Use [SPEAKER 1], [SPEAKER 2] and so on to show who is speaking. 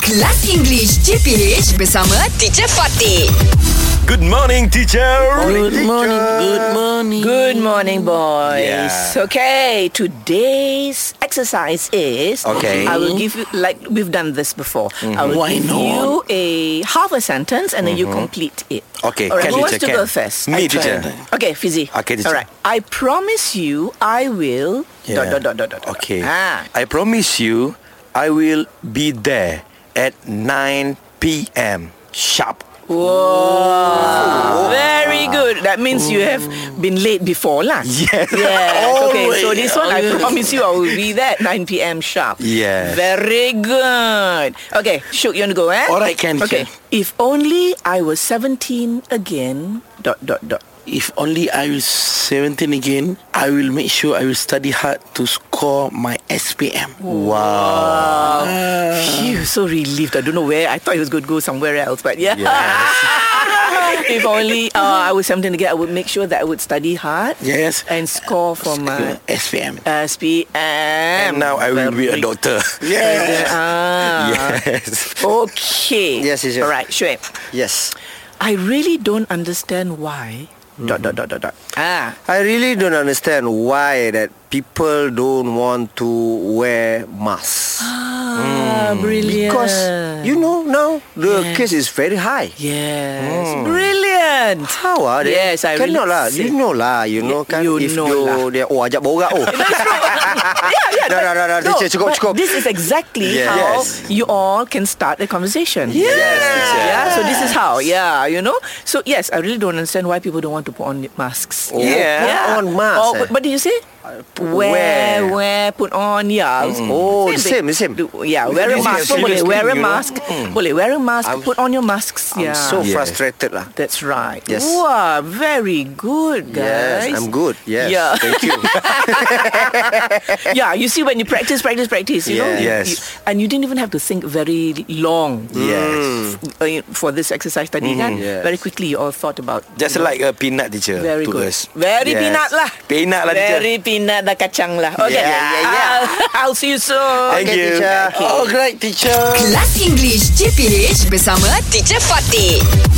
[SPEAKER 1] Kelas English CPH bersama Teacher Fatih.
[SPEAKER 2] Good morning, teacher.
[SPEAKER 3] Good morning, good morning.
[SPEAKER 4] Good morning, boys.
[SPEAKER 2] Yeah.
[SPEAKER 4] Okay, today's exercise is.
[SPEAKER 2] Okay. Mm-hmm.
[SPEAKER 4] I will give you like we've done this before. I will
[SPEAKER 3] Why
[SPEAKER 4] give
[SPEAKER 3] not?
[SPEAKER 4] you a half a sentence and then you complete it.
[SPEAKER 2] Okay,
[SPEAKER 4] All right.
[SPEAKER 2] can,
[SPEAKER 4] Who wants
[SPEAKER 2] teacher,
[SPEAKER 4] to
[SPEAKER 2] can.
[SPEAKER 4] go
[SPEAKER 2] Me,
[SPEAKER 4] first?
[SPEAKER 2] Ah,
[SPEAKER 4] I try.
[SPEAKER 2] teacher.
[SPEAKER 4] Okay, Fizzy.
[SPEAKER 2] Okay, teacher.
[SPEAKER 4] All right. I promise you, I will.
[SPEAKER 2] Yeah.
[SPEAKER 4] Dot, dot, dot, dot, dot, dot.
[SPEAKER 2] Okay.
[SPEAKER 4] Ah.
[SPEAKER 2] I promise you, I will be there at 9 p.m. sharp.
[SPEAKER 4] Wow. Very good. That means you have been late before, lah.
[SPEAKER 2] Yes.
[SPEAKER 4] Yes. okay. So
[SPEAKER 2] Always.
[SPEAKER 4] this one, I promise you, I will be there at 9 p.m. sharp.
[SPEAKER 2] Yes.
[SPEAKER 4] Very good. Okay, Shuk, you want to go, eh?
[SPEAKER 3] All right, can,
[SPEAKER 4] Okay.
[SPEAKER 3] can.
[SPEAKER 4] If only I was 17 again, dot, dot, dot.
[SPEAKER 3] If only I was 17 again, I will make sure I will study hard to score my SPM.
[SPEAKER 2] Wow. Uh.
[SPEAKER 4] Phew, so relieved. I don't know where. I thought he was going to go somewhere else, but yeah. if only uh, I was 17 again, I would make sure that I would study hard.
[SPEAKER 3] Yes.
[SPEAKER 4] And score for my
[SPEAKER 3] SPM.
[SPEAKER 4] SPM.
[SPEAKER 2] And now I will be a doctor.
[SPEAKER 3] Yeah.
[SPEAKER 4] Ah.
[SPEAKER 2] yes.
[SPEAKER 4] Okay.
[SPEAKER 5] Yes, yes, yes.
[SPEAKER 4] All right, Shuib.
[SPEAKER 5] Yes.
[SPEAKER 4] I really don't understand why. Dot, dot, dot, dot, dot. Ah.
[SPEAKER 5] I really don't understand why that people don't want to wear masks.
[SPEAKER 4] Ah, brilliant.
[SPEAKER 5] Because you know now the
[SPEAKER 4] Yeah.
[SPEAKER 5] case is very high.
[SPEAKER 4] Yes.
[SPEAKER 5] Hmm.
[SPEAKER 4] Brilliant.
[SPEAKER 5] How are they?
[SPEAKER 4] Yes, I really
[SPEAKER 5] Cannot lah.
[SPEAKER 4] see.
[SPEAKER 5] You know lah. You know kan.
[SPEAKER 4] you
[SPEAKER 5] if
[SPEAKER 4] know
[SPEAKER 5] you
[SPEAKER 4] lah.
[SPEAKER 5] Dia, oh ajak borak oh.
[SPEAKER 4] yeah, yeah.
[SPEAKER 5] No,
[SPEAKER 4] but-
[SPEAKER 5] no, no, no, teacher, cukup,
[SPEAKER 4] but
[SPEAKER 5] cukup.
[SPEAKER 4] This is exactly
[SPEAKER 5] Yes.
[SPEAKER 4] how
[SPEAKER 5] Yes.
[SPEAKER 4] you all can start a conversation.
[SPEAKER 5] Yes, teacher.
[SPEAKER 4] Yeah, so this is how. Yeah, you know. So yes, I really don't understand why people don't want to put on masks.
[SPEAKER 5] Oh, put on mask,
[SPEAKER 4] Oh,
[SPEAKER 5] eh?
[SPEAKER 4] but, but did you say?
[SPEAKER 5] wear.
[SPEAKER 4] Wear, wear, put on, yeah.
[SPEAKER 5] Oh,
[SPEAKER 4] thing.
[SPEAKER 5] the same, the same.
[SPEAKER 4] Do- Yeah, wear a
[SPEAKER 5] This is
[SPEAKER 4] mask.
[SPEAKER 5] a
[SPEAKER 4] Pun boleh
[SPEAKER 5] serious
[SPEAKER 4] wear a
[SPEAKER 5] thing, you know. Mm.
[SPEAKER 4] mask. Boleh wear a mask. Put on your masks.
[SPEAKER 5] I'm
[SPEAKER 4] Yeah.
[SPEAKER 5] so
[SPEAKER 2] Yeah.
[SPEAKER 5] frustrated lah.
[SPEAKER 4] That's right.
[SPEAKER 5] Yes.
[SPEAKER 4] Wow, very good, guys.
[SPEAKER 5] Yes, I'm good. Yes.
[SPEAKER 4] Yeah.
[SPEAKER 5] Thank you.
[SPEAKER 4] yeah, you see, when you practice, practice, practice, you know,
[SPEAKER 2] Yes.
[SPEAKER 4] you-
[SPEAKER 5] Yeah.
[SPEAKER 4] you- and you didn't even have to think very long.
[SPEAKER 2] Yes. Mm-hmm.
[SPEAKER 4] uh, For this exercise tadi kan
[SPEAKER 5] Yes.
[SPEAKER 4] Very quickly you all thought about
[SPEAKER 2] Just
[SPEAKER 4] you know,
[SPEAKER 2] like a peanut teacher
[SPEAKER 4] Very
[SPEAKER 2] to
[SPEAKER 4] good
[SPEAKER 2] us.
[SPEAKER 4] Very
[SPEAKER 2] Yes.
[SPEAKER 4] peanut lah
[SPEAKER 2] Peanut lah teacher.
[SPEAKER 4] Very peanut dah kacang lah Okay
[SPEAKER 5] Yeah, yeah, yeah.
[SPEAKER 4] I'll, I'll see you soon
[SPEAKER 2] Thank
[SPEAKER 5] Okay,
[SPEAKER 2] you.
[SPEAKER 5] teacher.
[SPEAKER 4] Okay.
[SPEAKER 3] All right, teacher.
[SPEAKER 1] Kelas English CPH bersama Teacher Fatih.